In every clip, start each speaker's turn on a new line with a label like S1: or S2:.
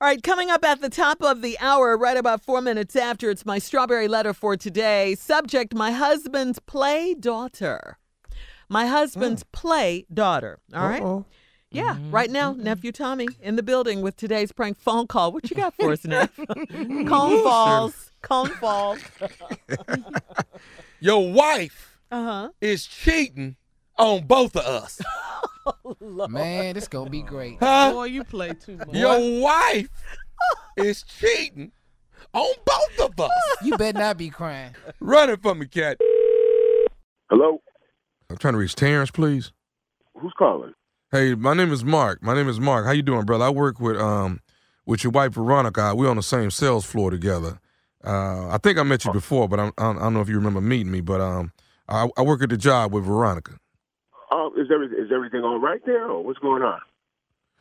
S1: All right, coming up at the top of the hour, right about four minutes after, it's my strawberry letter for today. Subject My husband's play daughter. My husband's play daughter. All right?
S2: Uh-oh.
S1: Yeah, right now, nephew Tommy in the building with today's prank phone call. What you got for us, Neff? Cone Falls. Cone Falls.
S3: Your wife
S1: Uh huh.
S3: is cheating on both of us.
S2: Man, this gonna be great.
S3: Huh?
S4: Boy, you play too much.
S3: Your wife is cheating on both of us.
S2: You better not be crying.
S3: Run it for me, cat.
S5: Hello,
S6: I'm trying to reach Terrence, please.
S5: who's calling?
S6: Hey, my name is Mark. My name is Mark. How you doing, brother? I work with um with your wife Veronica. We're on the same sales floor together. Uh, I think I met you before, but I'm, I don't I don't know if you remember meeting me. But um, I, I work at the job with Veronica.
S5: Oh, is every is everything all right there, or what's going on?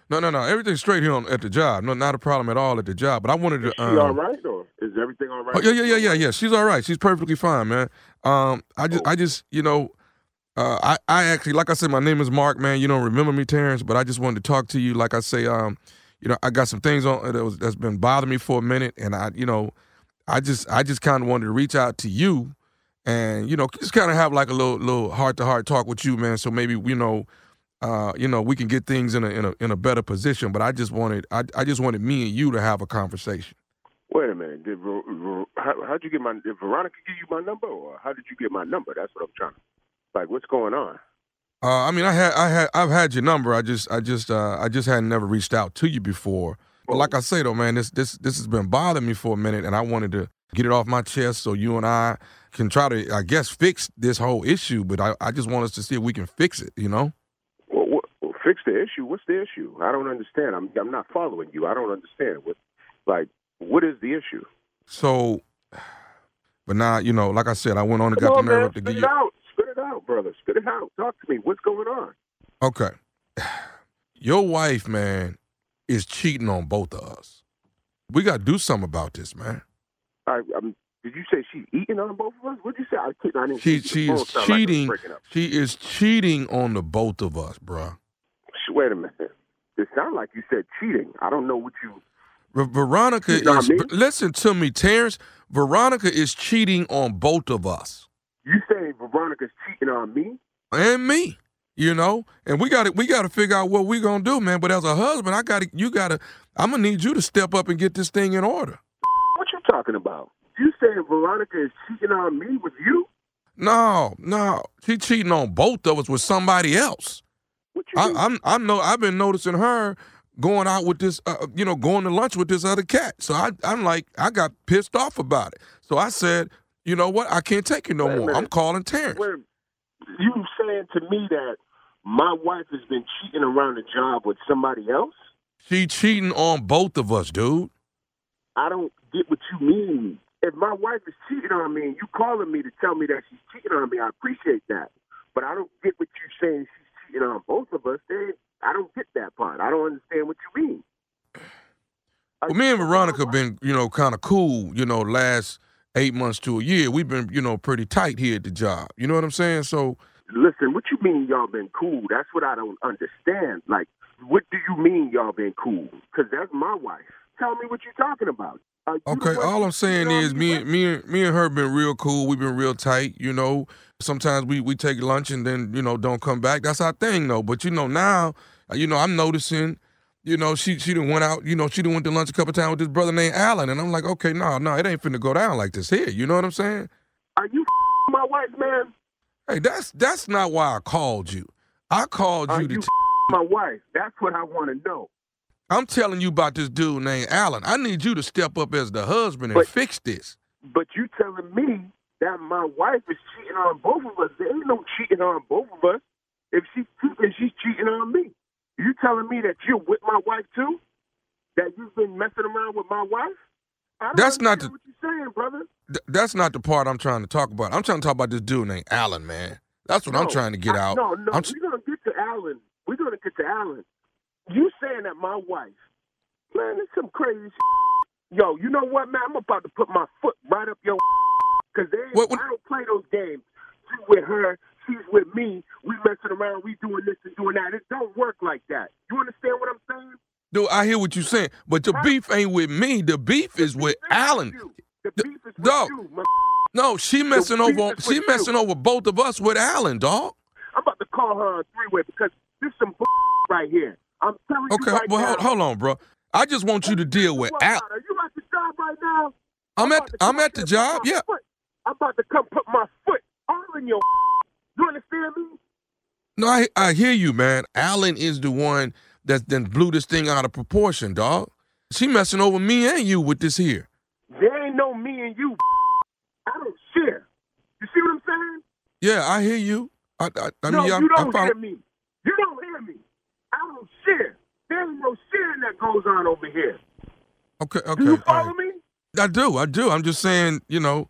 S6: No, no, no. Everything's straight here on, at the job. No, not a problem at all at the job. But I wanted to.
S5: Is she
S6: um,
S5: all right, or is everything all right?
S6: Oh, yeah, yeah, yeah, yeah, yeah. She's all right. She's perfectly fine, man. Um, I just, I just, you know, uh, I, I actually, like I said, my name is Mark, man. You don't remember me, Terrence, but I just wanted to talk to you. Like I say, um, you know, I got some things on that was, that's been bothering me for a minute, and I, you know, I just, I just kind of wanted to reach out to you, and you know, just kind of have like a little, little heart to heart talk with you, man. So maybe, you know. Uh, you know, we can get things in a in a in a better position, but I just wanted I, I just wanted me and you to have a conversation.
S5: Wait a minute. Did Ver, Ver, how, how'd you get my? Did Veronica give you my number, or how did you get my number? That's what I'm trying to. Like, what's going on?
S6: Uh, I mean, I had, I had, I've had your number. I just, I just, uh, I just hadn't never reached out to you before. But like I say though, man, this, this, this has been bothering me for a minute, and I wanted to get it off my chest so you and I can try to, I guess, fix this whole issue. But I, I just want us to see if we can fix it. You know?
S5: Well, what, well, fix the issue. What's the issue? I don't understand. I'm I'm not following you. I don't understand. What, like, what is the issue?
S6: So, but now, you know, like I said, I went on and got the
S5: Come on,
S6: nerve
S5: man.
S6: up to
S5: Spit
S6: get
S5: it
S6: you.
S5: out. Spit it out, brother. Spit it out. Talk to me. What's going on?
S6: Okay, your wife, man, is cheating on both of us. We got to do something about this, man.
S5: I, I'm. Did you say she's eating on both of us? What'd you say? I couldn't. I didn't.
S6: She,
S5: the
S6: she
S5: phone
S6: is
S5: sounded like it was
S6: cheating.
S5: breaking up.
S6: She is cheating on the both of us, bruh.
S5: Sh- Wait a minute. It sounded like you said cheating. I don't know what you.
S6: Ver- Veronica
S5: You know what
S6: is.
S5: I mean?
S6: Listen to me, Terrence. Veronica is cheating on both of us
S5: You saying Veronica's cheating on me?
S6: and me. You know, and we got to we got to figure out what we gonna do, man. But as a husband, I got to you got to. I'm gonna need you to step up and get this thing in order.
S5: What you talking about? You saying Veronica is cheating on me with you?
S6: No, no, she cheating on both of us with somebody else.
S5: What you?
S6: I,
S5: mean?
S6: I'm I'm no I've been noticing her going out with this uh, you know going to lunch with this other cat. So I I'm like I got pissed off about it. So I said, you know what? I can't take it no
S5: Wait a
S6: more.
S5: minute.
S6: I'm calling Terrence.
S5: Wait a minute. you saying to me that my wife has been cheating around the job with somebody else?
S6: She cheating on both of us, dude.
S5: I don't get what you mean. If my wife is cheating on me and you calling me to tell me that she's cheating on me, I appreciate that. But I don't get what you saying she's cheating on both of us. Then I don't get that part. I don't understand what you mean.
S6: Well, me and Veronica been you know kind of cool. You know, last eight months to a year, we've been you know pretty tight here at the job. You know what I'm saying? So
S5: Listen, what you mean y'all been cool? That's what I don't understand. Like, what do you mean y'all been cool? Because that's my wife. Tell me what you're talking about. Are you the
S6: Okay,
S5: one
S6: all I'm
S5: who's
S6: saying
S5: cheating on
S6: is me,
S5: with?
S6: and me, and me and her been real cool. We've been real tight, you know. Sometimes we we take lunch and then you know don't come back. That's our thing though. But you know now, uh, you know I'm noticing, you know she she done went out, you know she done went to lunch a couple times with this brother named Allen, and I'm like, okay, no, no, it ain't finna go down like this here. You know what I'm saying?
S5: Are you my wife, man?
S6: Hey, that's that's not why I called you. I called
S5: Are
S6: you to.
S5: you
S6: T-
S5: my wife? That's what I want to know.
S6: I'm telling you about this dude named Allen. I need you to step up as the husband and
S5: But-
S6: fix this.
S5: But you telling me that my wife is cheating on both of us. There ain't no cheating on both of us. If she's cheating, she's cheating on me. You telling me that you're with my wife too? That you've been messing around with my wife? I don't
S6: That's not
S5: understand what you're saying, brother.
S6: Th- that's not the part I'm trying to talk about. I'm trying to talk about this dude named Allen, man. That's what I'm
S5: No,
S6: trying to get
S5: I-
S6: out.
S5: No, no,
S6: I'm s-
S5: we're gonna get to Allen. We're gonna get to Allen. You saying that my wife? Man, it's some crazy. Shit. Yo, you know what, man? I'm about to put my foot right up your because they ain't-
S6: What- what-
S5: I don't play those games. She's with her. She's with me. We messing around. We doing this and doing that. It don't work like that. You understand what I'm saying?
S6: Dude, I hear what you're saying, but your beef ain't with me. The beef is with Alan.
S5: You. The beef is with
S6: dog.
S5: you. My,
S6: No, she messing
S5: beef
S6: over.
S5: is
S6: She
S5: with
S6: messing over both of us with Alan, dog.
S5: I'm about to call her on three way because this some bull right here. I'm telling
S6: Okay,
S5: you right
S6: well,
S5: now.
S6: hold, hold on, bro. I just want you to deal with
S5: What,
S6: Alan.
S5: Are you at the job right now?
S6: I'm at.
S5: about to
S6: I'm
S5: come
S6: at
S5: here
S6: the
S5: and put
S6: job.
S5: my
S6: Yeah.
S5: foot- I'm about to come put my foot all in your. You understand me?
S6: No, I I hear you, man. Alan is the one that then blew this thing out of proportion, dog. She messing over me and you with this here.
S5: There ain't no me and you. I don't share. You see what I'm saying?
S6: Yeah, I hear you. I, I, I
S5: no,
S6: mean, yeah,
S5: you
S6: I, I
S5: don't
S6: follow-
S5: hear me. You don't hear me. I don't share. There ain't no sharing that goes on over here.
S6: Okay, okay.
S5: Do you
S6: all
S5: follow
S6: right.
S5: me?
S6: I do, I do. I'm just saying, you know,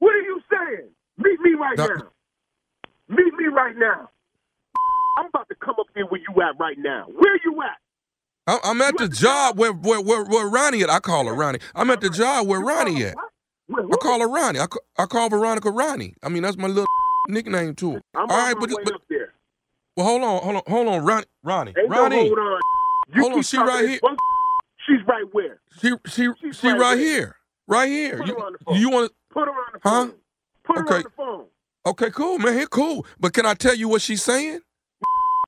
S5: What are you saying? Meet me right
S6: Doc-
S5: now. Meet me right now. I'm about to come up here where you at right now. Where you at?
S6: I, I'm at the job where, where where where Ronnie at. I call her Ronnie. I'm at the job where Ronnie at.
S5: Where,
S6: I call her Ronnie. I, ca- I call Veronica Ronnie. I mean, that's my little nickname to her.
S5: I'm
S6: all
S5: on
S6: right,
S5: my
S6: but,
S5: way
S6: but
S5: up there.
S6: well, hold on, hold on, hold on, Ronnie, Ronnie,
S5: Ain't no
S6: Ronnie.
S5: hold on. You
S6: Hold on,
S5: keep
S6: she
S5: talking
S6: right
S5: this
S6: here.
S5: bull- She's right where.
S6: She she
S5: She's
S6: she
S5: right
S6: right
S5: there.
S6: here, right here.
S5: Put her on
S6: You,
S5: the phone.
S6: you want
S5: Put her on the
S6: Huh?
S5: phone. Put her
S6: Okay.
S5: on the phone.
S6: to? Okay, cool, man. Here, cool. But can I tell you what she's saying?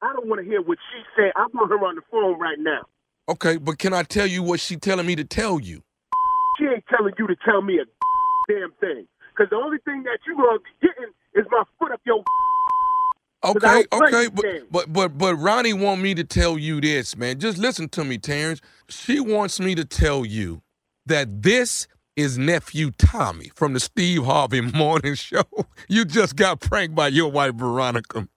S5: I don't want to hear what she said. I want her on the phone right now.
S6: Okay, but can I tell you what she telling me to tell you?
S5: She ain't telling you to tell me a damn thing. Because the only thing that you going to be getting is my foot up your.
S6: Okay,
S5: I don't play
S6: okay,
S5: these
S6: but,
S5: games.
S6: but but but Ronnie want me to tell you this, man. Just listen to me, Terrence. She wants me to tell you that this is nephew Tommy from the Steve Harvey Morning Show. You just got pranked by your wife Veronica.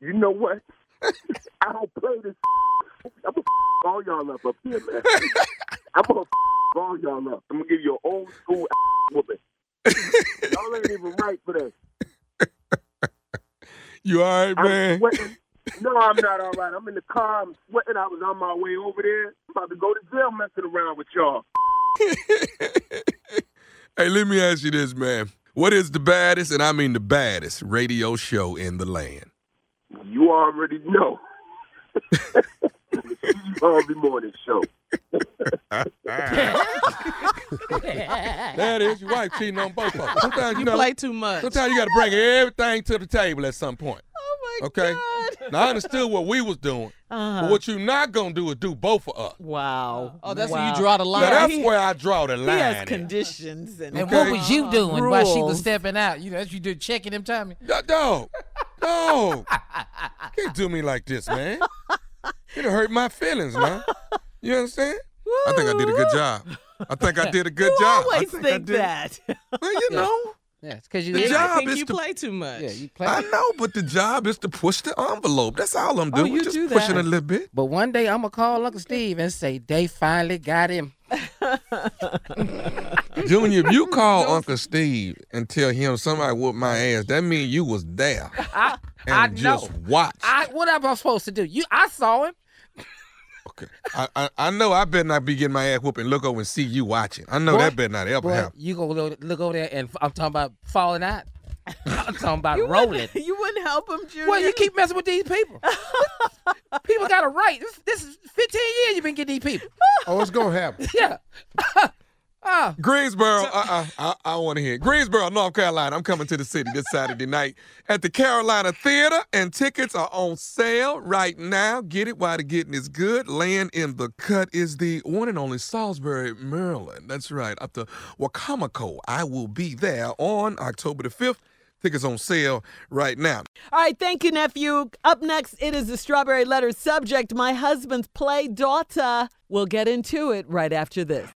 S5: You know what? I don't play this. I'm going to all y'all up up here, man. I'm going to all y'all up. I'm going to give you an old school woman. y'all ain't even right for this.
S6: You all right,
S5: I'm
S6: man?
S5: sweating. No, I'm not all right. I'm in the car. I'm sweating. I was on my way over there. I'm about to go to jail messing around with y'all.
S6: Hey, let me ask you this, man. What is the baddest, and I mean the baddest, radio show in the land?
S5: You already know. Harvey Morning Show.
S6: That is your wife cheating on both of us. Sometimes you, know,
S4: Play too much.
S6: sometimes you got to bring everything to the table at some point.
S1: Oh my
S6: Okay.
S1: God.
S6: Now I understood what we was doing, but
S1: Uh-huh.
S6: what you not gonna do is do both of us.
S1: Wow.
S4: Oh, that's
S1: wow.
S4: where you draw the
S6: Now
S4: line.
S6: that's
S1: he-
S6: where I draw the
S1: He
S6: line.
S1: has
S6: at.
S1: conditions and.
S2: And
S6: Okay.
S2: what was you doing while she
S1: Rules.
S2: was stepping out? You know, as you did checking him, Tommy.
S6: Yo, dog, dog, you can't do me like this, man. It'll hurt my feelings, man. You understand? I think I did a good job. I think I did a good
S1: You
S6: job. I
S1: always
S6: think,
S1: think,
S6: I did.
S1: that.
S6: Well, you know,
S2: Yes, because you.
S6: The
S4: Yeah,
S2: did-
S6: job
S4: I think
S6: is
S4: you
S6: to-
S4: play too much.
S2: Yeah, you
S6: I
S2: played.
S6: know, but the job is to push the envelope. That's all I'm
S4: Oh,
S6: doing.
S4: you
S6: Just
S4: do
S6: pushing
S4: that.
S6: a little bit.
S2: But one day I'm gonna call Uncle Steve and say they finally got him.
S6: Junior, if you call Uncle Steve and tell him somebody whooped my ass, that means you was there
S2: I,
S6: and
S2: I
S6: just
S2: know.
S6: watched.
S2: I what am I supposed to do? You, I saw him.
S6: Okay. I, I I know I better not be getting my ass whooped and look over and see you watching. I know
S2: Boy,
S6: that better not ever
S2: Boy,
S6: happen.
S2: you gonna look, look over there and I'm talking about falling out. I'm talking about
S1: You
S2: rolling.
S1: wouldn't, you wouldn't help him, Junior.
S2: Well, you keep messing with these people. people got a right. This, this is 15 years you've been getting these people.
S7: Oh, it's gonna happen.
S2: Yeah. Ah,
S6: Greensboro, uh-uh, I, I want to hear it. Greensboro, North Carolina. I'm coming to the city this Saturday night at the Carolina Theater, and tickets are on sale right now. Get it while the getting is good. Land in the Cut is the one and only Salisbury, Maryland. That's right, up to Wacomico. I will be there on October the 5th. Tickets on sale right now.
S1: All right, thank you, nephew. Up next, it is the strawberry letter subject. My husband's play daughter. We'll get into it right after this.